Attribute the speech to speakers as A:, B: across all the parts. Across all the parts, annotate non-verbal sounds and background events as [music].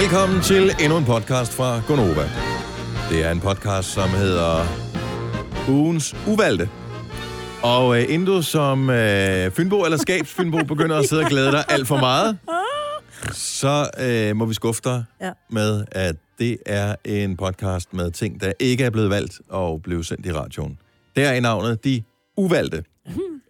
A: Velkommen til endnu en podcast fra Gonova. Det er en podcast, som hedder Ugens Uvalgte. Og øh, inden du som øh, Fynbo eller Skabsfynbo begynder at sidde og glæde dig alt for meget, så øh, må vi skuffe dig ja.
B: Ja.
A: med, at det er en podcast med ting, der ikke er blevet valgt og blev sendt i radioen. Der er i navnet De Uvalgte.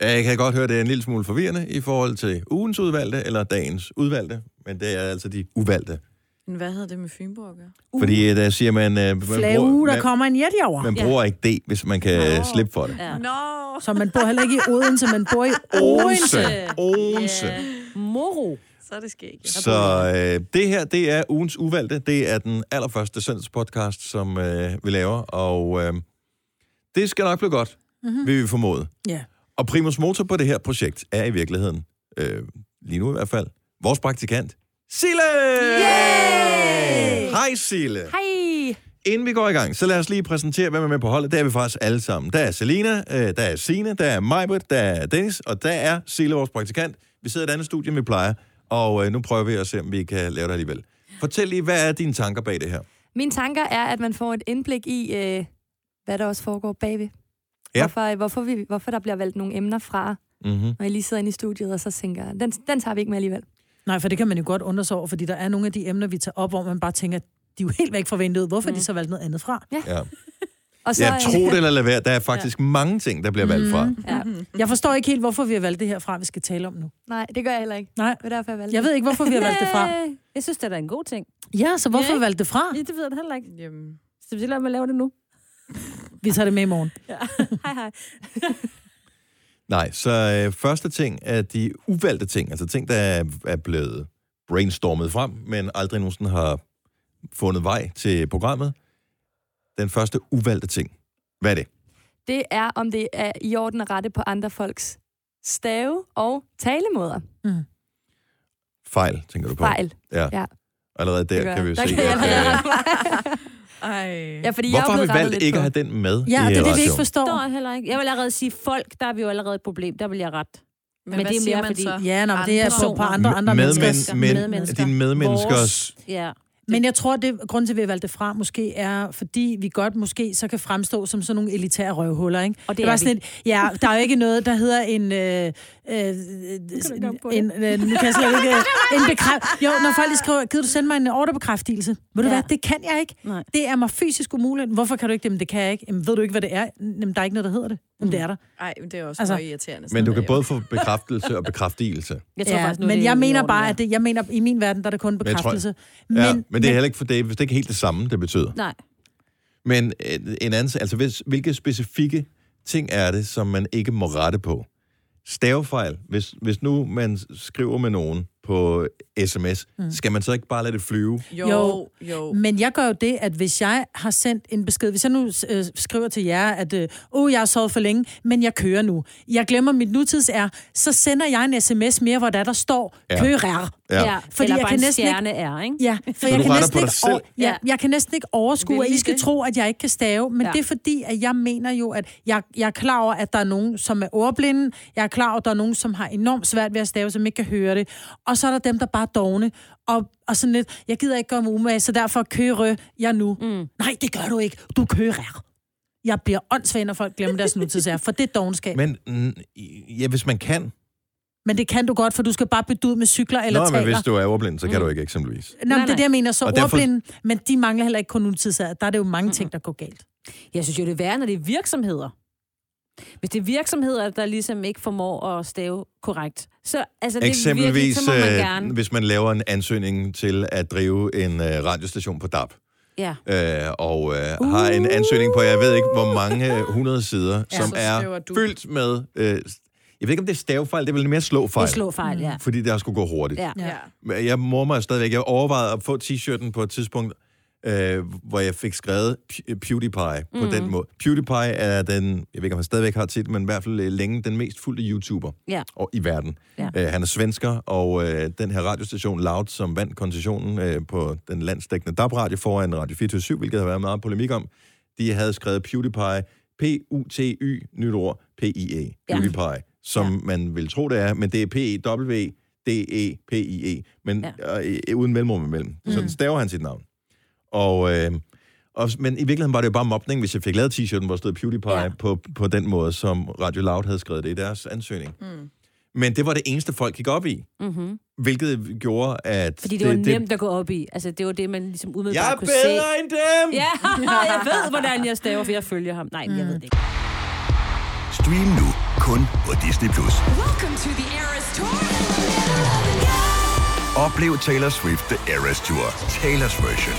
A: Jeg kan godt høre, det er en lille smule forvirrende i forhold til ugens udvalgte eller dagens udvalgte, men det er altså de uvalgte.
C: Men hvad hedder det med Fynborg at gøre?
A: Uh. Fordi øh, der siger man, øh, man,
B: Flage, der
A: man,
B: kommer en jetjager.
A: man bruger ikke det, hvis man kan oh. slippe for det.
C: Ja. Nå!
B: Så man bor heller ikke i Odense, man bor i
A: Odense.
B: [laughs] Odense.
A: Odense.
C: Ja,
D: Moro.
C: så er det skægt.
A: Så øh, det her, det er ugens uvalgte. Det er den allerførste søndagspodcast, som øh, vi laver, og øh, det skal nok blive godt, mm-hmm. vil vi formode.
B: Ja.
A: Og primus motor på det her projekt er i virkeligheden, øh, lige nu i hvert fald, vores praktikant, Sille! Yay! Hej, Sille!
D: Hej.
A: Inden vi går i gang, så lad os lige præsentere, hvem er med på holdet. Der er vi faktisk alle sammen. Der er Selina, øh, der er Sine, der er Majbert, der er Dennis, og der er Sille, vores praktikant. Vi sidder i et andet studie, end vi plejer, og øh, nu prøver vi at se, om vi kan lave det alligevel. Fortæl lige, hvad er dine tanker bag det her?
D: Mine tanker er, at man får et indblik i, øh, hvad der også foregår bagved.
A: Ja.
D: Hvorfor, øh, hvorfor, vi, hvorfor der bliver valgt nogle emner fra,
A: Mm-hmm.
D: når jeg lige sidder inde i studiet, og så tænker, den, den tager vi ikke med alligevel.
B: Nej, for det kan man jo godt undre sig over, fordi der er nogle af de emner, vi tager op, hvor man bare tænker, de er jo helt væk fra vinduet. Hvorfor mm. de så valgt noget andet fra?
A: Ja.
D: Og så,
A: ja,
D: øh,
A: tro det eller lad være. Der er faktisk ja. mange ting, der bliver valgt fra.
D: ja.
B: Jeg forstår ikke helt, hvorfor vi har valgt det her fra, vi skal tale om nu.
D: Nej, det gør jeg heller ikke.
B: Nej,
D: Det er derfor, jeg valgte
B: jeg ved ikke, hvorfor vi har valgt det
D: [laughs]
B: fra.
D: Øh,
E: Jeg synes, det er da en god ting.
B: Ja, så hvorfor
E: Ja,
B: ja,
E: ikke?
B: valgte det fra?
E: Ja, det ved jeg da heller ikke.
C: Jamen,
E: Så vi lader mig lave det nu.
B: Vi tager det med i morgen.
D: Hej, hej.
A: Nej, så øh, første ting er de uvalgte ting, altså ting, der er, er blevet brainstormet frem, men aldrig nogensinde har fundet vej til programmet. Den første uvalgte ting. Hvad er det?
D: Det er, om det er i orden at rette på andre folks stave og talemåder.
A: Fejl, tænker du på?
D: Fejl.
A: Ja.
D: ja.
A: Allerede der, der kan vi jo
D: der
A: se.
D: Kan jeg,
A: at, øh,
D: allerede rette
C: [laughs]
D: mig.
C: ej.
D: ja, fordi jeg
A: hvorfor
D: er
A: har vi
D: blevet rettet
A: valgt
D: lidt
A: ikke
D: på.
A: at have den med
B: Ja,
A: i
B: det ligesom er det, vi
A: radioen?
B: ikke forstår.
E: Står jeg heller ikke. Jeg vil allerede sige folk, der er vi jo allerede et problem. Der vil jeg ret.
C: Men,
E: Men
C: hvad
E: det er
C: siger
E: mere
C: man
E: fordi-
C: så?
B: Ja, nå, men det er
E: Andre
B: på, på andre,
A: M-
B: andre
A: medmen-
B: menneskers
A: men-
E: Medmennesker.
A: Dine medmenneskers...
E: Vores. Ja.
B: Men jeg tror, det grund til, at vi har valgt det fra, måske er, fordi vi godt måske så kan fremstå som sådan nogle elitære røvhuller, ikke?
E: Og det
B: var
E: er
B: sådan et, ja, der er jo ikke noget, der hedder en... Øh, øh, en, øh, nu kan jeg slet ikke... øh, En bekræft, jo, når folk lige skriver, gider du sende mig en ordrebekræftelse? Ved du
E: Ja.
B: hvad, det kan jeg ikke.
E: Nej.
B: Det er mig fysisk umuligt. Hvorfor kan du ikke det? Men det kan jeg ikke. Jamen, ved du ikke, hvad det er? Jamen, der er ikke noget, der hedder det. Jamen,
E: Mm.
B: det er der.
C: Ej, men det er også
B: Altså,
C: altså, irriterende. sådan
A: Men du
C: noget
A: kan
C: der.
A: både få bekræftelse og bekræftelse.
E: Jeg tror
B: Ja,
E: faktisk, nu er
B: men
E: det
B: jeg
E: i
B: mener
E: orden
B: bare,
E: der.
B: at det, jeg mener, i min verden, der er det kun
A: jeg tror-
B: bekræftelse.
A: Ja, men, men det er heller ikke for det, hvis det ikke er helt det samme, det betyder.
E: Nej.
A: Men øh, en anden, altså hvis, hvilke specifikke ting er det, som man ikke må rette på? Stavefejl. Hvis, hvis nu man skriver med nogen på sms, mm. skal man så ikke bare lade det flyve?
C: Jo,
B: Jo.
C: jo. jo.
B: Men jeg gør jo det, at hvis jeg har sendt en besked, hvis jeg nu øh, skriver til jer, at øh, oh, jeg har sovet for længe, men jeg kører nu. Jeg glemmer mit nutids er, så sender jeg en sms mere, hvor der, der står,
A: Ja.
B: kører.
E: Ja. Fordi Eller jeg kan næsten
B: ikke-
E: stjerne ikke... er, ikke?
B: Ja, for
A: du
B: jeg kan,
A: retter
B: næsten
A: på
B: ikke
A: dig
B: over,
A: selv?
B: ja,
E: Ja.
B: jeg kan næsten ikke overskue,
C: Vil
B: at
C: I
B: I skal
C: det?
B: tro, at jeg ikke kan stave, men ja.
E: Ja.
B: det er fordi, at jeg mener jo, at jeg, jeg er klar over, at der er nogen, som er ordblinde, jeg er klar over, at der er nogen, som har enormt svært ved at stave, som ikke kan høre det, og så er der dem, der bare er dogne, og, og sådan lidt, jeg gider ikke gøre mig umage, så derfor kører jeg nu. Mm. Nej, det gør du ikke, du kører. Jeg bliver åndssvag, når folk glemmer deres nutidsære, for det er dogenskab. Men,
A: Men mm, ja, hvis man kan.
B: men det kan du godt, for du skal bare bytte ud med cykler eller
A: Nå,
B: taler.
A: men hvis du er overblind, så kan mm. du ikke eksempelvis.
B: Nå, men
E: Nej,
B: det er det, jeg mener. Så
A: Og derfor-
B: ordblinde, men de mangler heller ikke kun nutidsager. Der er det jo mange ting, der går galt.
E: Jeg synes jo, det er værre, når det er virksomheder. Hvis det er virksomheder, der ligesom ikke formår at stave korrekt, så, altså, det er virkelig,
A: Eksempelvis,
E: så må man
A: øh,
E: gerne...
A: hvis man laver en ansøgning til at drive en øh, radiostation på DAB,
E: Ja.
A: øh, og øh, uh. har en ansøgning på, jeg ved ikke, hvor mange øh, hundrede sider, ja, som
C: så
A: er
C: skriver du-
A: fyldt med... Øh, jeg ved ikke, om det er stavefejl, det er vel mere
E: Det
A: slåfejl.
E: slår fejl, ja.
A: fordi der skulle gå hurtigt.
E: ja.
B: Ja.
C: Ja.
A: Men Jeg mormer mig stadigvæk. Jeg overvejede at få t-shirten på et tidspunkt, øh, hvor jeg fik skrevet P- PewDiePie
E: Mhm.
A: på mm. den måde. PewDiePie er den, jeg ved ikke, om han stadigvæk har titlen, men i hvert fald øh, længe den mest fulde YouTuber
E: Ja.
A: og, i verden.
E: Ja.
A: Øh, han er svensker, og øh, den her radiostation Loud, som vandt koncessionen øh, på den landsdækkende DAB-radio foran Radio 24 hvilket har været meget polemik om, de havde skrevet PewDiePie, P-U-T-Y, nyt ord, P-I-E,
E: Ja.
A: PewDiePie, som man vil tro, det er, men det er P-E-W D-E-P-I-E, men ja. øh, uden mellemrum imellem. Mm. Sådan staver han sit navn. Og, øh, og, men i virkeligheden var det jo bare mobning, hvis jeg fik lavet t-shirten, hvor der stod PewDiePie ja.
E: Ja.
A: på, på den måde, som Radio Loud havde skrevet det i deres ansøgning.
C: Mm.
A: Men det var det eneste, folk gik op i,
E: Mm-hmm.
A: hvilket gjorde, at...
E: Fordi det, det var nemt at gå op i. Altså, det var det, man ligesom
A: Det, jeg
E: umiddelbart
A: er
E: kunne se.
A: bedre end dem!
E: Ja, [laughs] jeg ved, hvordan jeg staver, for jeg følger ham. Nej, mm. jeg ved det ikke.
F: Stream nu kun på Disney+. Plus. Oplev Taylor Swift The Eras Tour, Taylor's version.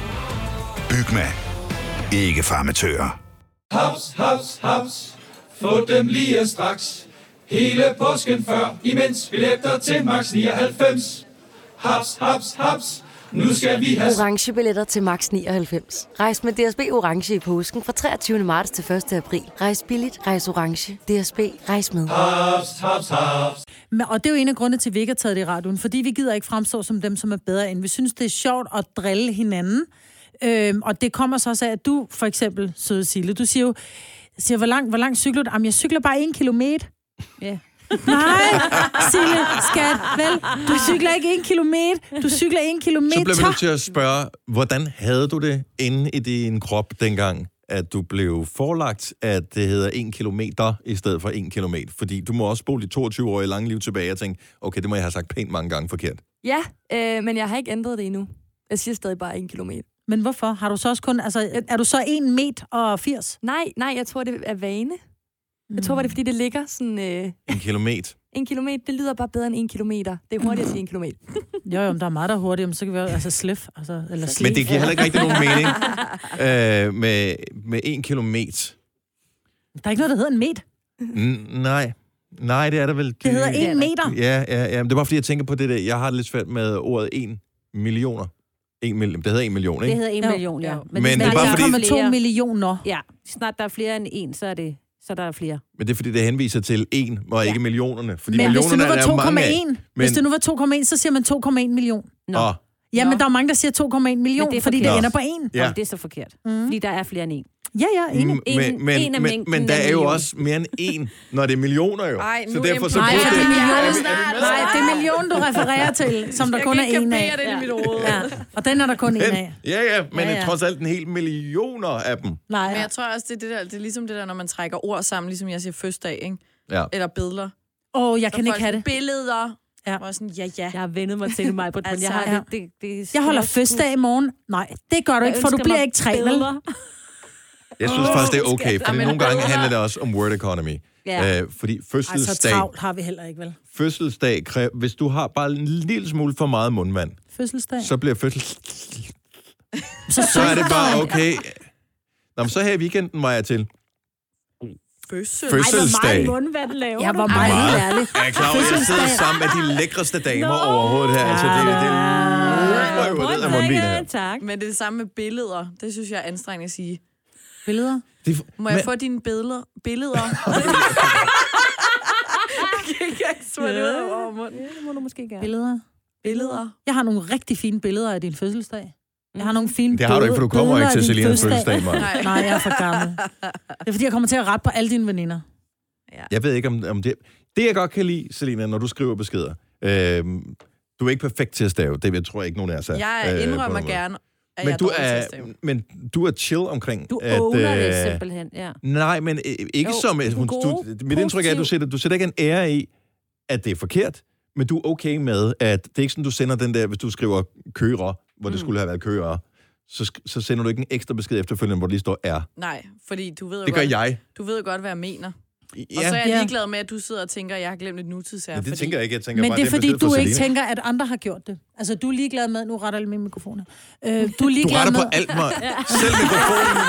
F: Bygma. Ikke farmatører.
G: Haps, haps, haps. Få dem lige straks. Hele påsken før, imens billetter til max 99. Haps, haps, haps. Nu skal vi have
H: Orange billetter til max 99. Rejs med DSB Orange i påsken fra 23. marts til 1. april. Rejs billigt, rejs orange. DSB, rejs med.
G: haps, haps, haps.
B: Men, og det er jo en af grundene til, at vi ikke har taget det i radioen, fordi vi gider ikke fremstå som dem, som er bedre end. Vi synes, det er sjovt at drille hinanden. Øhm, og det kommer så også af, at du for eksempel, søde Sille, du siger jo, siger, hvor langt hvor lang cykler du? Jamen, jeg cykler bare en kilometer.
E: Ja.
B: Nej, Sille, skat, vel, du cykler ikke en kilometer, du cykler en kilometer.
A: Så bliver vi nødt til at spørge, hvordan havde du det inde i din krop dengang, at du blev forelagt, at det hedder 1 kilometer i stedet for 1 kilometer? Fordi du må også spole dit 22-årige lange liv tilbage og tænke, okay, det må jeg have sagt pænt mange gange forkert.
D: Ja, øh, men jeg har ikke ændret det endnu. Jeg siger stadig bare en kilometer.
B: Men hvorfor? Har du så også kun, altså, er du så en meter og 80?
D: Nej, nej, jeg tror, det er vane. Jeg tror, var det er, fordi det ligger sådan... Øh,
A: 1
B: [laughs]
A: kilometer.
D: en kilometer, det lyder bare bedre end en kilometer. Det er hurtigt at sige en kilometer.
B: Mm. Jo, jo, men der er meget, der er hurtigt, men så kan vi jo, altså, slif, altså, eller slif.
A: Men det giver heller ikke rigtig nogen mening øh, med, med 1 kilometer.
B: Der er ikke noget, der hedder en meter.
A: N- nej. Nej, det er der vel.
B: Det hedder en meter.
A: Ja, ja, ja. Men det var fordi, jeg tænker på det der. Jeg har det lidt svært med ordet 1 millioner. 1 million. Det hedder 1 million,
E: Det
A: ikke?
E: hedder en
B: Jo.
E: million, ja.
C: Jo.
A: Men
E: lige
A: det er
E: snart
A: bare
E: der
A: fordi-
E: kommer
B: fordi... 1,2
E: flere-
B: millioner.
E: Ja, snart der er flere end en, så er det så der er flere.
A: Men det er fordi, det henviser til 1, og
E: Ja.
A: ikke millionerne. Fordi
B: Men hvis det
A: millionerne
B: nu
A: er der jo
B: var
A: mange af.
B: 2,1, hvis det nu var 2,1, så siger man 2,1 million.
E: Nå.
A: Åh,
B: Ja, men
E: Nå.
B: der er mange, der siger 2,1 million,
E: Men det er
B: fordi det
A: forkert.
B: ender på 1.
A: Ja.
E: Ja. det er så forkert. Mm. Fordi der er flere end en.
B: Ja, ja, enig.
A: m- men, men,
E: en af
A: men,
E: mængden
A: men der
E: af
A: er jo
E: million.
A: også mere end en, når det er millioner jo.
C: Ej,
A: så
C: nu
A: derfor så
C: imponerer
B: Nej,
A: burde
B: for det er
A: det...
C: Ja, er vi
B: millioner.
C: snart?
B: Nej, det er million, du refererer til, som der
C: Jeg
B: kun
C: kan
B: er
C: ikke
B: en
C: kapere
B: af.
C: det i mit hoved.
B: Ja, og den er der kun en af.
A: Ja, ja, men
B: Ja,
A: ja, ja.
B: ja.
A: trods alt en hel millioner af dem.
B: Nej,
C: Men
B: ja.
C: jeg tror også, det er, det, der, det er ligesom det der, når man trækker ord sammen, ligesom jeg siger fødselsdag, ikke?
A: Ja.
C: Eller billeder.
B: Åh, oh, jeg
C: Så
B: kan
C: folk
B: ikke have det.
C: sådan, Billeder.
B: Ja.
C: Ja. Og sådan, ja, ja.
E: Jeg har vendet mig til det, mig, men
C: Altså,
E: jeg har
B: ja.
E: det, det, det,
B: Jeg holder fødselsdag i morgen. Nej, det gør du ikke, for du bliver ikke tre, vel?
A: Jeg synes faktisk, det er okay, for
C: men
A: nogle gange
C: bedre.
A: handler det også om word economy.
E: Ja.
A: Øh, fordi
B: Ej, så
A: fødselsdag,
B: travlt har vi heller ikke, vel?
A: fødselsdag kræver, hvis du har bare en lille smule for meget mundvand,
B: Fødselsdag.
A: så bliver fødsels...
B: Så,
A: Så er det bare okay. Nå, men så her i weekenden var jeg til
C: Fødsel.
A: fødselsdag.
E: mundvand laver
B: Jeg var
E: du?
B: meget
A: Meget.
B: helt ærlig.
A: Jeg er klar over, at jeg sidder sammen med de lækreste damer Nå. overhovedet her. Altså, det, det, det, det, det, det, det, det, det,
E: Tak.
C: Men det er det samme med billeder. Det synes jeg er anstrengende at sige.
B: Billeder.
A: det, det,
C: Må jeg få dine billeder?
A: [laughs]
C: Billeder? jeg kan ikke svært ud over munden.
E: Det må du måske gerne.
B: Billeder.
C: Billeder.
B: Jeg har nogle rigtig fine billeder af din fødselsdag. Jeg
E: Mm.
B: har nogle fine
A: Det har du ikke, for du kommer
B: billeder
A: ikke til
B: af din
A: Selinas fødselsdag, Maja.
C: Nej.
B: Nej, jeg er for gammel. Det er, fordi jeg kommer til at rette på alle dine veninder.
A: Jeg ved ikke, om, om det... Det, jeg godt kan lide, Selina, når du skriver beskeder, øhm, du er ikke perfekt til at stave. Det jeg tror jeg ikke, nogen af os er. øh,
C: Jeg
A: på
C: indrømmer
A: nogen måde.
C: gerne, at
A: Men
C: jeg
A: du
C: dårlig til
A: er,
C: at stave.
A: men du er chill omkring...
E: Du owner det
A: øh,
E: simpelthen, ja.
A: Nej, men øh, ikke
E: Jo,
A: som...
E: du er
A: Hun, du,
E: gode,
A: mit indtryk er, at du
E: positiv.
A: sætter, du sætter ikke en ære i, at det er forkert, Men du er okay med, at det er ikke sådan, du sender den der, hvis du skriver kører, hvor
C: Mm.
A: det skulle have været kører, så, sk- så sender du ikke en ekstra besked efterfølgende, hvor der lige står R.
C: Nej, fordi du ved jo
A: Det gør
C: godt,
A: jeg.
C: Du ved jo godt, hvad jeg mener.
A: Ja,
C: Ja. Og så er jeg
B: Ja.
C: ligeglad med, at du sidder og tænker, at jeg har glemt et nutidsær.
A: ja, det
C: fordi...
A: tænker jeg ikke. Jeg tænker
B: Men
A: bare,
B: det er
A: en
B: fordi,
A: besked fra
B: du ikke
A: Selina.
B: tænker, at andre har gjort det. Altså, du er ligeglad med... Nu retter jeg min mikrofon her. øh, Du er
A: Du
B: ligeglad
A: retter
B: med...
A: på alt, mig. Selv mikrofonen.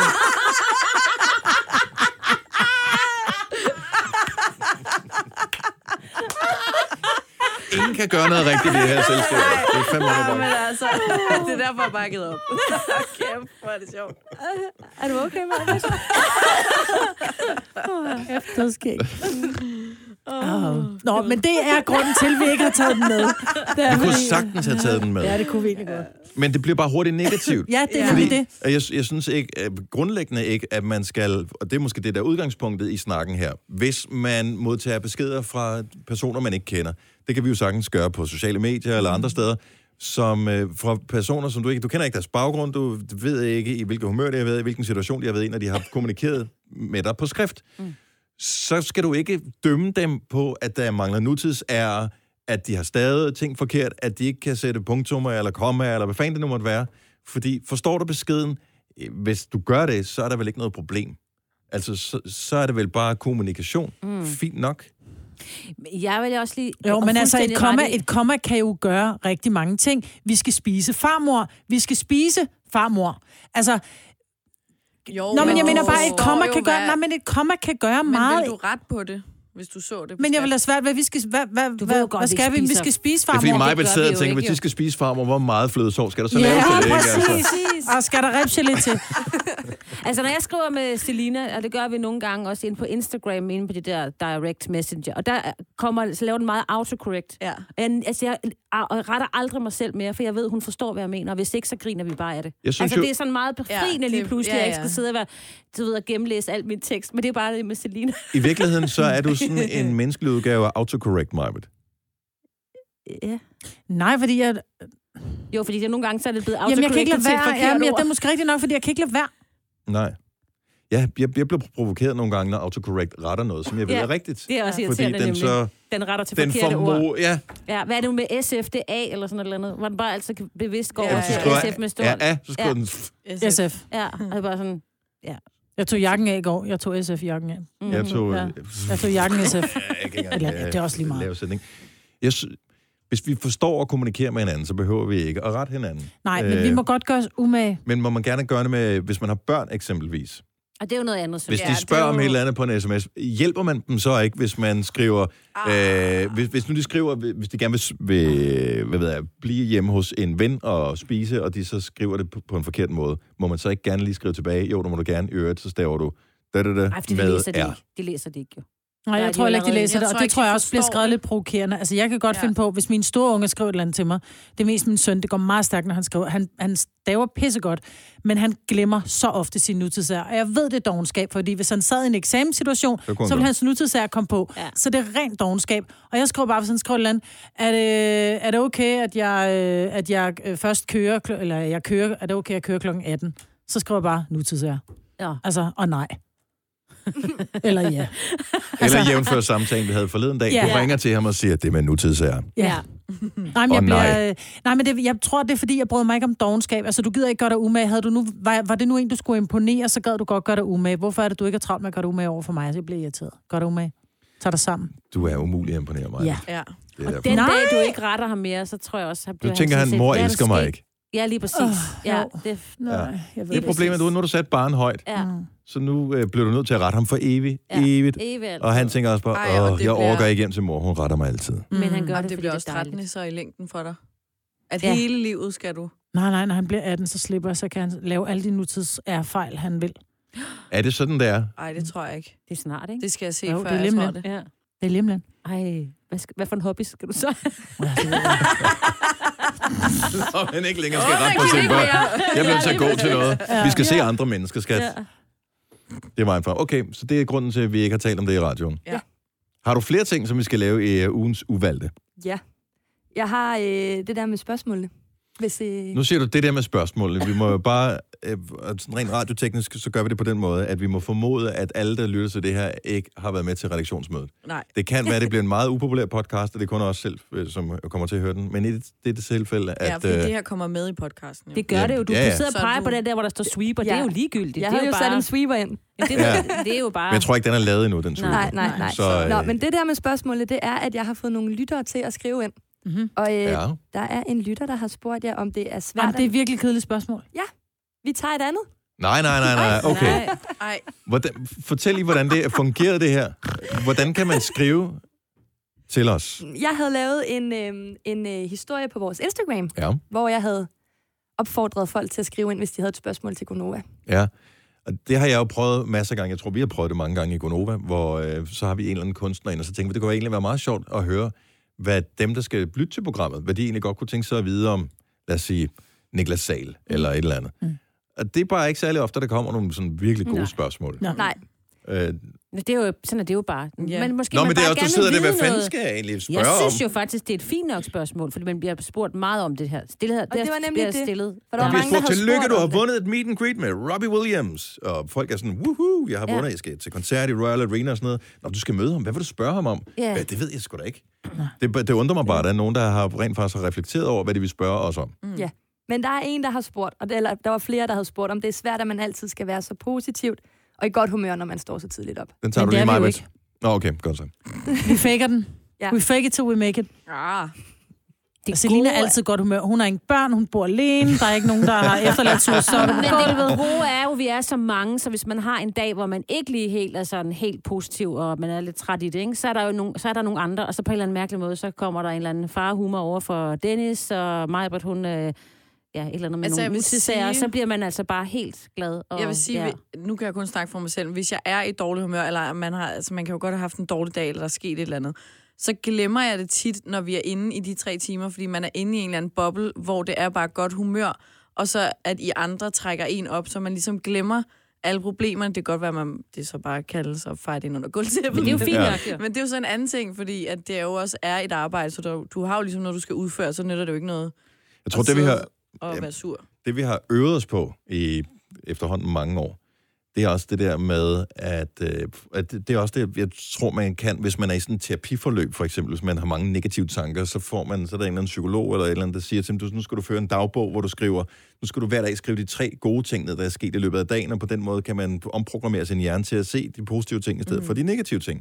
A: Ingen kan gøre noget rigtigt i det her selskab. Det er fandme
C: [laughs] Ja, men
A: underbart.
C: altså, det er derfor, jeg bakket
B: [laughs]
C: op. Kæft, hvor er det sjovt.
D: Er du okay med [laughs] det?
A: [laughs]
B: Dødskæg. Oh. Nå, men det er grunden til, at vi ikke har taget den med. Det er
A: Jeg kunne
B: fordi-
A: sagtens have taget den med.
B: Ja, det kunne vi egentlig godt.
A: Men det bliver bare hurtigt negativt.
B: Ja, det er
A: Fordi
B: nemlig det.
A: at jeg, jeg synes ikke, at grundlæggende ikke, at man skal, og det er måske det der er udgangspunktet i snakken her, hvis man modtager beskeder fra personer, man ikke kender, det kan vi jo sagtens gøre på sociale medier eller
B: Mm.
A: andre steder, som øh, fra personer, som du ikke, du kender ikke deres baggrund, du ved ikke, i hvilket humør de har været, i hvilken situation de har været i, når de har kommunikeret med dig på skrift. Mm. Så skal du ikke dømme dem på, at der mangler nutidsære, at de har stadig ting forkert, at de ikke kan sætte punktummer eller komma, eller hvad fanden det nu måtte være. Fordi forstår du beskeden, eh, hvis du gør det, så er der vel ikke noget problem. Altså, så, så er det vel bare kommunikation. Mm. Fint nok.
E: Jeg vil også lige...
B: Jo,
E: og
B: men altså, et
E: fuldstændig
B: komma,
E: ret i-
B: et komma kan jo gøre rigtig mange ting. Vi skal spise farmor. Vi skal spise farmor. Altså,
C: Jo,
B: nå, men jeg mener
C: du
B: bare, et
C: forstår
B: komma
C: jo,
B: kan gøre,
C: hvad-
B: nej, men et komma kan gøre
C: Men
B: meget.
C: vil du ret på det, hvis du så det? på
B: Men jeg vil
C: skrift?
B: have svært ved, at vi skal... Hvad, hvad,
E: ved
B: hvad,
E: jo godt,
B: hvad
E: vi
B: skal vi? Vi
E: spiser.
B: skal spise
A: Det er
B: farmor.
A: fordi mig
E: det
A: vil
E: gør
A: sidde
E: vi
A: og
E: jo
A: tænke, hvis
E: ikke,
A: de
E: jo.
A: skal spise farmor, hvor meget flødesov skal der så
B: Ja,
A: laves til det? Ikke,
B: præcis.
A: altså?
B: Og skal der ribsgelé til?
E: [laughs] Altså, når jeg skriver med Selina, og det gør vi nogle gange også ind på Instagram, inde på det der direct messenger, og der kommer, så laver den meget autocorrect.
C: Ja.
E: Og Jeg, altså, jeg a- og retter aldrig mig selv mere, for jeg ved, hun forstår, hvad jeg mener, og hvis ikke, så griner vi bare af det.
A: Jeg synes
E: altså,
A: jo-
E: det er sådan meget
C: Ja,
E: befriende
C: det-
E: ja, lige pludselig,
C: ja,
E: ja, ja. at jeg ikke
C: ja.
E: skal sidde og, være, du ved, og gennemlæse alt min tekst, men det er bare det med Selina.
A: I virkeligheden, så er du
E: [laughs]
A: sådan en menneskelig udgave af autocorrect, Marvitt.
E: ja.
B: Nej, fordi jeg...
E: Jo, fordi det er nogle gange, så er det blevet
B: Jamen, jeg kan
E: autocorrect
B: ikke lade
E: til et
B: være.
E: forkert
B: Jamen, jeg,
E: ord.
B: det er måske rigtigt nok, fordi jeg kan ikke lade være.
A: Nej. Ja, jeg, jeg bliver provokeret nogle gange, når autocorrect retter noget, som jeg ved
E: Ja,
A: er rigtigt.
E: Det er også
A: Fordi
E: irriterende,
A: den
E: nemlig.
A: så...
E: Den retter til
A: Den
E: forkerte ord.
A: formår... Ja,
E: Ja, hvad er det nu med SF, det er A eller sådan noget eller andet? Hvor den bare altså bevidst går
C: Ja,
E: over
A: hvis
E: til
A: du
C: ja,
A: skriver
E: SF med stort.
A: ja, ja, så skriver
E: Ja.
A: den...
C: SF.
B: SF.
E: Ja, og det er bare sådan...
B: Jeg tog jakken af i går. Jeg tog SF-jakken af.
E: Mm.
A: Jeg tog...
B: Ja. Jeg tog jakken SF.
A: Jeg kan ikke
B: Eller,
A: engang, øh,
B: det er også lige meget.
A: lave sætning. Jeg sy- hvis vi forstår og kommunikerer med hinanden, så behøver vi ikke at rette hinanden.
B: Nej, men vi
A: Øh.
B: må godt gøre os umage.
A: Men må man gerne gøre det med, hvis man har børn eksempelvis.
E: Og det er jo noget andet, synes
A: Hvis
E: jeg.
A: de spørger om et eller andet på en sms, hjælper man dem så ikke, hvis man skriver...
C: Ah.
A: Øh, hvis, hvis nu de skriver, hvis de gerne vil, s- vil hvad ved jeg, blive hjemme hos en ven og spise, og de så skriver det på, på en forkert måde, må man så ikke gerne lige skrive tilbage, jo, der må du gerne i øvrigt, så staver du... Da, da, da,
E: Nej, fordi de
A: med
E: læser det
A: R.
E: ikke. De læser det ikke, jo.
B: Nej,
E: Nej,
B: jeg
E: de
B: tror heller ikke, de
E: allerede-
B: læser
C: jeg
B: det,
C: tror
B: og det
C: ikke,
B: tror
C: de
B: jeg også bliver
C: forstår
B: skrevet
C: det.
B: lidt provokerende. Altså, jeg kan godt
C: Ja.
B: ja. finde på, hvis min store unge skriver et eller andet til mig, det er mest min søn, det går meget stærkt, når han skriver. Han, han staver pissegodt, men han glemmer så ofte sin nutidsær. Og jeg ved, det er dogenskab, fordi hvis han sad i en eksamenssituation,
A: kunne han
B: så ville
A: godt.
B: hans nutidsær komme på.
E: Ja.
B: Ja. Så det er rent dogenskab. Og jeg skriver bare, hvis han skriver et eller andet, er det, er det okay, at jeg, øh, at jeg øh, først kører, kl- eller jeg kører, er det okay, at jeg kører kl. 18? Så skriver jeg bare nutidsær.
E: Ja.
B: Altså, og nej. [laughs] eller ja.
A: Eller jævnfør samtalen, vi havde forleden dag.
B: Ja.
A: Du ringer til ham og siger, at det med nutidsæren.
B: Ja. Nej,
A: Og
B: men
A: nej.
B: jeg, bliver, øh, nej, men det, jeg tror, det er fordi, jeg brød mig ikke om dogenskab. Altså, du gider ikke gøre dig umage. Havde du nu, var, var det nu en, du skulle imponere, så gad du godt gøre dig umage. Hvorfor er det, du ikke har travlt med at gøre dig umage over for mig? Altså, jeg bliver irriteret. Gør dig umage. Tag dig sammen.
A: Du er umulig at imponere mig.
B: Ja.
C: Ja.
A: Det er derfor.
E: Den
B: Nej!
E: dag, du ikke retter ham mere, så tror jeg også, at
A: Nu tænker han, mor elsker mig ikke.
E: Ja, lige præcis.
B: Åh,
E: Ja,
B: jo.
E: det,
B: Nej,
A: Ja.
B: jeg
A: Det er problemet, du, nu har du sat barn højt,
E: ja.
A: så nu øh, bliver du nødt til at rette ham for evigt,
E: Ja.
A: evigt.
E: Evigt.
A: Og han tænker også
C: Ej, og
A: bare,
C: det
A: åh, jeg
C: bliver-
A: overgår ikke hjem til mor, hun retter mig altid.
E: Men han gør
C: Og
E: det,
C: det
E: fordi
C: Mm. bliver
E: det
C: også
E: er dejligt.
C: trættende så i længden for dig. At
E: Ja.
C: hele livet skal du.
B: Nej, nej, når han bliver 18, så slipper jeg, så kan han lave alle de nutids fejl, han vil.
A: Er det sådan, det er?
C: Nej, det tror jeg ikke.
E: Det er snart, ikke?
C: Det skal jeg se,
B: Jo,
C: før
B: det er
C: jeg
B: lige
C: tror
B: med. [laughs]
C: det.
E: Ja.
B: Det er limland.
E: Ej, hvad, skal, hvad for en hobby skal du så?
A: [laughs] Om han ikke længere skal rette på sine børn. Jeg bliver nødt til at gå til noget. Vi skal se andre mennesker, skat. Det er vejen frem. Okay, så det er grunden til, at vi ikke har talt om det i radioen.
C: Ja.
A: Har du flere ting, som vi skal lave i øh, ugens uvalgte?
D: Ja. Jeg har øh, det der med spørgsmålene. Hvis det...
A: Nu siger du det der med spørgsmålene. Vi må jo bare, øh, sådan rent radioteknisk, så gør vi det på den måde, at vi må formode, at alle, der lytter til det her, ikke har været med til redaktionsmødet.
C: Nej.
A: Det kan være, at det bliver en meget upopulær podcast, og det er kun os selv, øh, som kommer til at høre den. Men i det, det er det tilfælde,
C: Ja,
A: at...
C: fordi det
A: Øh,
C: her kommer med i podcasten. Jo.
E: Det gør
A: Ja,
E: ja, det jo. Du,
A: ja,
E: ja,
A: ja.
E: ja. du sidder
C: Så
E: og
C: er
E: peger
C: du-
E: på den der, hvor der står sweeper. Ja. Det er
D: Ja.
E: jo ligegyldigt.
D: Jeg
E: det
D: havde
E: er
D: jo
E: bare...
D: sat en sweeper ind.
E: Ja, det, er, ja. det er jo bare...
A: men jeg tror ikke, den er lavet endnu, den tur.
D: Nej, nej, nej.
A: Så, øh,
D: Nå, men det der med spørgsmålet, det er, at jeg har fået nogle lyttere til at skrive ind.
B: Mhm.
D: Og øh, ja.
A: Ja.
D: der er en lytter, der har spurgt jer, om det er svært.
B: Jamen, det er
D: at-
B: et virkelig kedeligt spørgsmål.
D: Vi tager et andet.
A: Nej, nej, nej, nej. Okay.
C: Nej, nej.
A: Hvordan, fortæl lige, hvordan det fungerede det her. Hvordan kan man skrive til os?
D: Jeg havde lavet en, øh, en øh, historie på vores Instagram,
A: Ja.
D: hvor jeg havde opfordret folk til at skrive ind, hvis de havde et spørgsmål til Gonova.
A: Ja. Og det har jeg jo prøvet masser af gange. Jeg tror, vi har prøvet det mange gange i Gonova, hvor øh, så har vi en eller anden kunstner ind, og så tænker vi, det kunne egentlig være meget sjovt at høre, hvad dem, der skal lytte til programmet, hvad de egentlig godt kunne tænke sig at vide om, lad os sige, Niklas Sal eller et eller andet. Mm. Og det er bare ikke særlig ofte, der kommer nogle sådan virkelig gode Nej. spørgsmål.
B: Nej.
D: Nej,
A: Øh,
E: Nå, Det er jo, sådan er det jo bare.
C: Ja.
E: Ja. Men måske
A: Nå,
E: man
A: men det
E: bare
A: er også,
E: gerne
A: du sidder
E: vil
A: der, hvad
E: vide
A: fanden
E: noget.
A: skal jeg egentlig spørge
E: Jeg synes
A: om?
E: jo faktisk, det er et fint nok spørgsmål, fordi man bliver spurgt meget om det her. Stillet,
D: det var nemlig det.
E: Stillet.
D: For der var
A: Vi har
D: mange, der
A: spurgt,
D: havde
A: tillykke,
D: spurgt
A: du
D: om
A: har
D: det."
A: vundet et meet and greet med Robbie Williams. Og folk er sådan, woohoo, jeg har
E: Ja.
A: vundet, jeg skal til koncert i Royal Arena og sådan noget. Nå, du skal møde ham, hvad vil du spørge ham om?
E: Ja.
A: Ja, det ved jeg sgu da ikke. Det, det undrer mig bare, at der er nogen, der har rent faktisk har reflekteret over, hvad de vil spørge os om.
D: Men der er en, der har spurgt, og det, eller der var flere, der havde spurgt, om det er svært, at man altid skal være så positivt og i godt humør, når man står så tidligt op.
A: Den tager
B: Men
A: du
B: det
A: lige
B: er
A: meget
B: vi jo
A: med.
B: ikke.
A: Nå, okay, godt så.
B: Vi faker den.
D: Ja.
B: We fake it till we make it.
C: Ah,
E: Det
B: Selina er altid i godt humør. Hun har ingen børn, hun bor alene, der er ikke nogen, der
E: [laughs]
B: har efterladt sig så
E: Men
B: på gulvet.
E: det gode er jo, at vi er så mange, så hvis man har en dag, hvor man ikke lige helt er sådan helt positiv, og man er lidt træt i det, ikke? så er der jo nogle, så er der nogle andre, og så på en eller anden mærkelig måde, så kommer der en eller anden farhumor over for Dennis, og Majbert, hun... Øh, ja, et eller andet med
C: Altså,
E: altså,
C: jeg
E: nogle
C: vil
E: utilsager, og
C: sige-
E: så bliver man altså bare helt glad. Og,
C: jeg vil sige,
E: ja.
C: ja. nu kan jeg kun snakke for mig selv. Hvis jeg er i dårlig humør, eller man, har, altså man kan jo godt have haft en dårlig dag, eller der er sket et eller andet, så glemmer jeg det tit, når vi er inde i de tre timer, fordi man er inde i en eller anden boble, hvor det er bare godt humør, og så at I andre trækker en op, så man ligesom glemmer alle problemerne. Det kan godt være, at man det så bare kaldes og fejre det ind under gulvtæppet.
E: Men det er jo fint
A: Ja.
E: ja. nok, jo.
C: Men det er jo så en anden ting, fordi at det jo også er et arbejde, så du, du har jo ligesom noget, du skal udføre, så nytter det jo ikke noget
A: Jeg tror,
C: at
A: det vi,
C: sidde
A: har,
C: og
A: Jamen.
C: være sur.
A: det vi har øvet os på i efterhånden mange år, det er også det der med, at, øh, at det det er også det, jeg tror, man kan, hvis man er i sådan en terapiforløb, for eksempel, hvis man har mange negative tanker, så får man, så er der en eller anden psykolog eller et eller andet, der siger til dem, "Du- nu skal du føre en dagbog, hvor du skriver, nu skal du hver dag skrive de tre gode ting, ned, der er sket i løbet af dagen, og på den måde kan man omprogrammere sin hjerne til at se de positive ting i stedet mm. for de negative ting.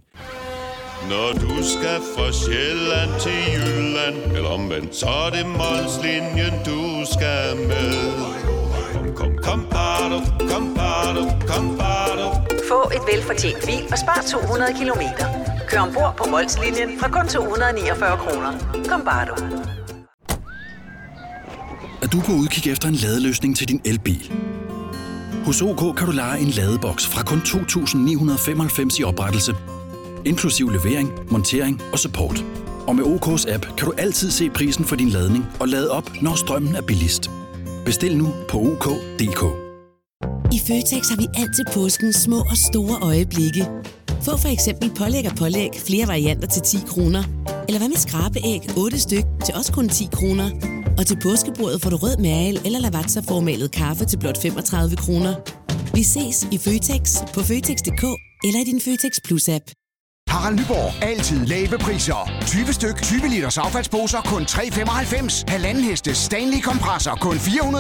I: Når du skal fra Sjælland til Jylland Eller omvendt, så er det Molslinjen, du skal med Kom, kom, kom, bado, kom, bado, kom, bado.
J: Få et velfortjent bil og spar 200 kilometer. Kør ombord på Molslinjen fra kun 249 kroner. Kom bare du.
I: Er du på udkig efter en ladeløsning til din elbil? Hos OK kan du lege en ladeboks fra kun 2.995 i oprettelse, inklusiv levering, montering og support. Og med OK's app kan du altid se prisen for din ladning og lade op, når strømmen er billigst. Bestil nu på OK.dk.
J: I Føtex har vi altid påsken små og store øjeblikke. Få for eksempel pålæg og pålæg flere varianter til 10 kroner. Eller hvad med skrabeæg 8 styk til også kun 10 kroner. Og til påskebordet får du rød mal eller lavatserformalet kaffe til blot 35 kroner. Vi ses i Føtex på Føtex.dk eller i din Føtex Plus-app.
I: Harald Nyborg. Altid lave priser. 20 styk, 20 liters affaldsposer kun 3,95. Halvanden heste Stanley kompresser kun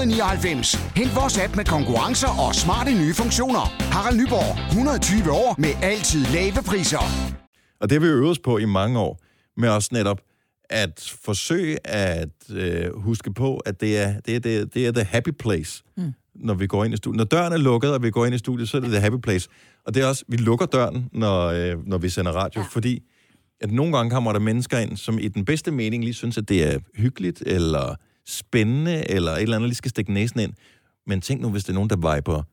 I: 499. Hent vores app med konkurrencer og smarte nye funktioner. Harald Nyborg. 120 år med altid lave priser.
A: Og det har vi øvet os på i mange år, med også netop at forsøge at øh, huske på, at det er, det, er, det, er, det er the happy place, mm. når vi går ind i studiet. Når døren er lukket, og vi går ind i studiet, så er det the happy place. Og det er også, vi lukker døren, når, øh, når vi sender radio, ja. fordi at nogle gange kommer der mennesker ind, som i den bedste mening lige synes, at det er hyggeligt, eller spændende, eller et eller andet, lige skal stikke næsen ind. Men tænk nu, hvis det er nogen, der viber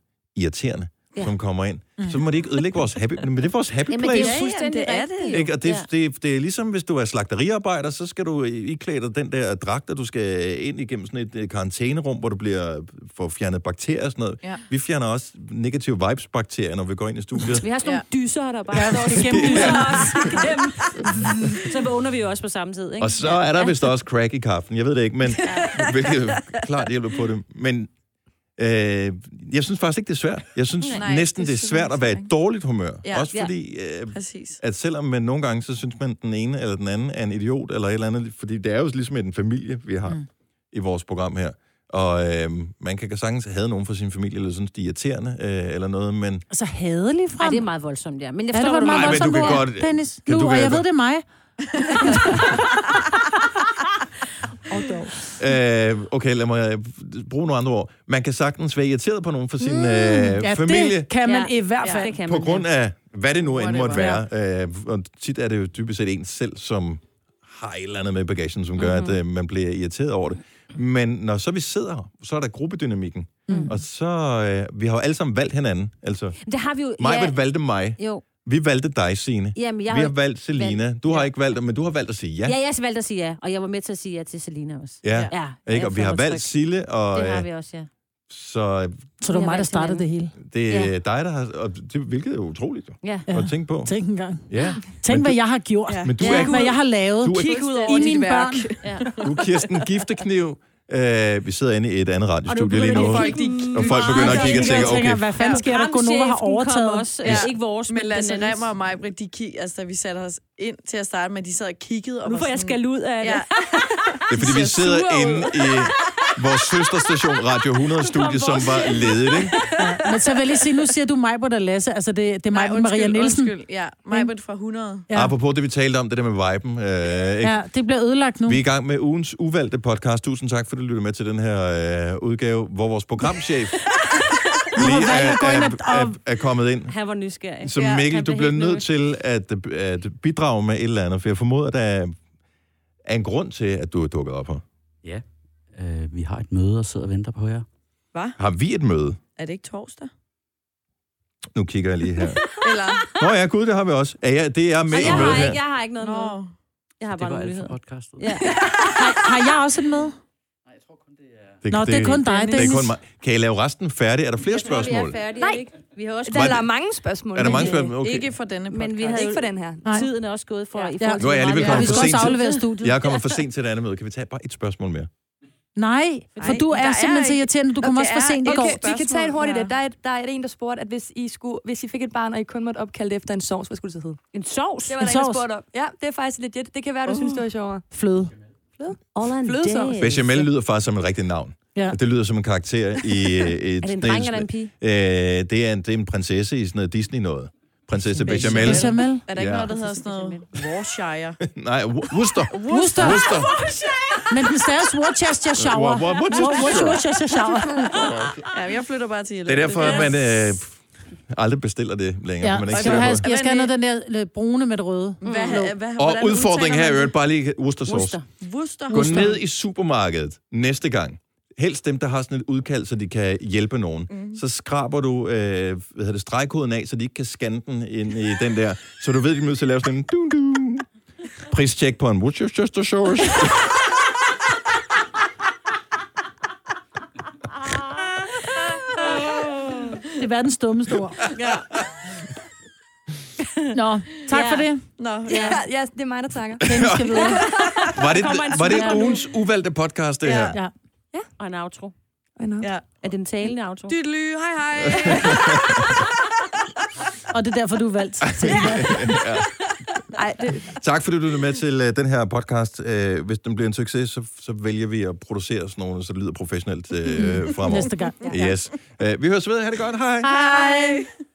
A: irriterende. ja. som kommer ind, mm. så må de ikke ødelægge vores happy... Men det er vores happy
E: Jamen,
A: place.
E: det er jo fuldstændig
C: det er det
E: rigtigt.
C: jo.
A: Ikke? Og det, ja. det, det er ligesom, hvis du er slagteriarbejder, så skal du iklæde dig den der dragt, og du skal ind igennem sådan et øh, karantænerum, hvor du bliver, får fjernet bakterier og sådan noget.
E: Ja.
A: Vi fjerner også negative vibes-bakterier, når vi går ind i studiet.
E: Vi har sådan nogle dyser, der bare
B: Ja,
E: står og
B: det-
E: skæmmer
B: Ja.
E: os igennem. Så vågner vi jo også på samme tid, ikke?
A: Og så er der vist også crack i kaffen. Jeg ved det ikke, men hvilket klart hjælper på det. Men øh, jeg synes faktisk ikke, det er svært. Jeg synes
C: Nej,
A: Nej, næsten,
C: det
A: det er
C: synes
A: svært
C: jeg
A: at være i
C: ikke.
A: dårligt humør.
C: Ja.
A: Ja, også
C: Ja.
A: fordi, øh,
C: Præcis.
A: at selvom man nogle gange, så synes man, den ene eller den anden er en idiot eller et eller andet. Fordi det er jo ligesom en familie, vi har mm. i vores program her. Og øh, man kan sagtens have nogen fra sin familie, eller synes, de er irriterende øh, eller noget, men...
B: Altså hadelig frem.
E: Ej, det er meget voldsomt, ja. Men jeg
B: er
E: forstår,
B: det var
E: hvad du
B: meget
A: Ej, men
B: voldsomt
A: du kan
B: ord,
A: godt-
B: Dennis,
A: kan
B: nu,
A: du
B: og
A: være-
B: jeg ved, det er mig. og dog.
A: Øh, okay, lad mig øh, bruge nogle andre ord. Man kan sagtens være irriteret på nogen fra sin mm. øh,
B: Ja,
A: familie.
B: det kan man
E: Ja.
B: i hvert
E: Ja,
B: fald.
E: det kan
A: på
E: man,
A: grund
E: ja.
A: af, hvad det nu end måtte være. Øh, og tit er det jo dybest set en selv, som har et eller andet med bagagen, som gør,
E: Mhm.
A: mm-hmm. at øh, man bliver irriteret over det. Men når så vi sidder her, så er der gruppedynamikken.
E: Mhm.
A: Mm. Og så, øh, vi har jo alle sammen valgt hinanden. Altså,
E: Men Det har vi jo...
A: mig ja. valgte mig.
E: Jo.
A: Vi valgte dig, Signe.
E: Jamen, jeg
A: vi
E: har
A: har valgt Selina. Du har ikke valgt, men du har valgt at sige ja.
E: Ja, jeg valgte at sige ja, og jeg var med til at sige ja til Selina også.
A: Ja.
E: ja.
A: Ikke? Og vi har valgt Sille, og
E: Det har
A: øh,
E: vi også, ja.
A: så øh,
B: Så det var
E: Jeg
B: mig, der
E: valgte
B: startede det
E: hinanden.
B: hele.
A: det er
E: Ja.
A: dig, der har... Og det, hvilket er utroligt jo,
E: Ja.
A: ja. at tænke på.
B: Tænk en gang.
A: Ja.
B: Tænk,
A: Men
B: hvad
A: du-
B: jeg har gjort.
A: Men du er
B: Tænk,
A: ikke-
B: hvad jeg har lavet.
A: Du er-
B: Kig ud over i mine børn. [laughs]
A: Du er Kirsten Giftekniv. Øh, vi sidder inde i et andet radiostudie lige nu.
C: folk, de
A: Og folk begynder at kigge og tænke, okay,
B: hvad fanden sker der? Gunova har overtaget.
E: Også, ja. Ikke vores,
C: Men Lasse
E: den andens.
C: Remmer og mig, Britt, de kig, altså, da vi satte os ind til at starte med, de sad og kiggede. Og
E: Nu
C: var
E: får jeg
C: sådan-
E: skal ud af det.
C: Ja,
A: det er
B: Ah,
A: fordi, vi sidder
E: sure ud.
A: inde i vores søsterstation Radio 100 studie, som var ledet, ikke?
B: Men så vil jeg lige sige, nu siger du mig på der Lasse. Altså, det, det er mig
C: Nej,
B: på Maria
C: undskyld,
B: Nielsen.
C: undskyld. Ja, mig fra 100.
A: Ja.
B: Ja.
A: Apropos det, vi talte om, det der med viben. Øh, ikke?
B: Ja, det bliver ødelagt nu.
A: Vi er i gang med ugens uvalgte podcast. Tusind tak, fordi du lytter med til den her øh, udgave, hvor vores programchef lige
B: valgt
A: er,
B: at gå ind
A: er,
B: og-
A: er, er kommet ind.
E: Han var nysgerrig.
A: Så
E: Ja,
A: Mikkel,
E: han
A: du
E: blev
A: bliver
E: helt
A: nødt
E: nervøs.
A: til at, at bidrage med et eller andet, for jeg formoder, der er- er en grund til, at du er dukket op her.
K: Ja, øh, vi har et møde og sidder og venter på jer.
A: Har vi et møde?
C: Er det ikke torsdag?
A: Nu kigger jeg lige her.
C: Eller?
A: Nå ja, gud, det har vi også. Ja, ja det er med
E: Ej,
A: i
E: jeg,
A: mødet
E: har
A: her.
E: ikke, jeg har ikke noget med.
C: Nå.
E: Jeg har
K: Det
E: bare
K: var
E: nogle
K: alt for
E: nyheder.
K: podcastet.
E: Ja.
B: Har jeg også et med?
A: Det,
B: Nå, det er kun dig,
A: Det
B: Dennis.
A: er kun mig. Kan I lave resten færdig? Er der flere spørgsmål?
E: Vi er færdige,
D: Nej.
E: ikke? Vi har også
D: Der
A: Var
D: er
A: det-
D: mange spørgsmål.
A: Er der
D: men,
A: mange
D: øh,
A: spørgsmål? Okay.
C: Ikke for denne podcast.
D: Men vi havde ikke for den her.
B: Nej.
E: tiden er også gået for.
D: Ja.
E: I
B: Ja.
E: forhold til,
A: Nu er jeg
E: hvor meget
A: alligevel
E: vi har
B: Og vi
A: kommet
B: skal
A: for
E: lavet.
B: også
A: sent til-
B: aflevere studiet.
A: Jeg kommer for sent til det andet møde. Kan vi tage bare et spørgsmål mere?
B: Nej, for
C: Nej,
B: du
C: der
B: er
C: er
B: simpelthen så
C: ikke-
B: irriterende. Du kommer
C: Nå,
B: også
C: det
B: for
C: er
B: sent i
C: ikke-
B: går.
D: Okay, vi kan tage et hurtigt
C: her.
D: et. Der er, der er en, der spurgte, at hvis I, skulle, hvis I fik et barn, og I kun måtte opkalde det efter en sovs, hvad skulle det så hedde?
E: En sovs?
D: Det var
B: En
D: der en, der
B: sovs?
D: spurgte om. Ja, det er faktisk legit. Det kan være, du uh. synes, det var sjovere.
B: Fløde.
E: All and
D: Flødesovs.
E: day.
A: Bechamel lyder faktisk som et rigtigt navn.
B: Ja.
A: Og Det lyder som en karakter i øh, et...
E: Er det en dreng eller en pige?
A: Øh, det, er en, det er en prinsesse i sådan noget Disney-noget. Prinsesse Bechamel.
B: Bechamel.
C: Er der ikke
A: Ja.
C: noget, der hedder sådan noget? Warshire.
A: Nej, Wo- Worcester.
B: Worcester.
A: Worcester.
B: Men den staves Worcester Shower.
A: Wo- Wo- Worcester.
B: Worcester Shower.
C: Ja, jeg flytter bare til
A: Det er derfor, at man øh, aldrig bestiller det længere.
B: Ja,
A: for Man er ikke
B: skal du
A: sikker
B: have,
A: på.
B: jeg skal have noget af den der lidt brune med det røde.
C: Hvad, hvad, hvad,
A: Og
C: hvordan
A: udfordringen
C: udtaler
A: her, i
C: man
A: øvrigt, bare lige Worcestersauce.
E: Worcester.
C: det? Worcester.
A: Gå ned i supermarkedet næste gang. Helst dem, der har sådan et udkald, så de kan hjælpe nogen. Mm. Så skraber du øh, hvad hedder det, stregkoden af, så de ikke kan scanne den ind i den der. Så du ved, de er nødt til at lave sådan en dun dun. Pristjek på en Worcester sauce.
B: Det er verdens dummeste ord. Nå, tak
E: Ja.
B: for det.
C: Nå, ja.
D: Ja, ja det er mig, der takker.
B: Dennis skal
D: [laughs]
B: videre.
A: Var det,
E: kommer en
A: var det
E: smør nu.
A: ugens uvalgte podcast, det
C: Ja.
A: her?
B: Ja.
E: Og en outro.
C: ja.
E: Er det en talende outro?
C: Dytly, hej hej.
B: Og det er derfor, du er valgt.
D: Ej, det,
A: Tak fordi du lyttede med til øh, den her podcast. Øh, hvis den bliver en succes, så, så vælger vi at producere sådan nogle, så det lyder professionelt øh, fremover.
B: Næste gang.
A: Yes. Øh, vi høres ved. Ha' det godt. [laughs] Hej.
B: Hej.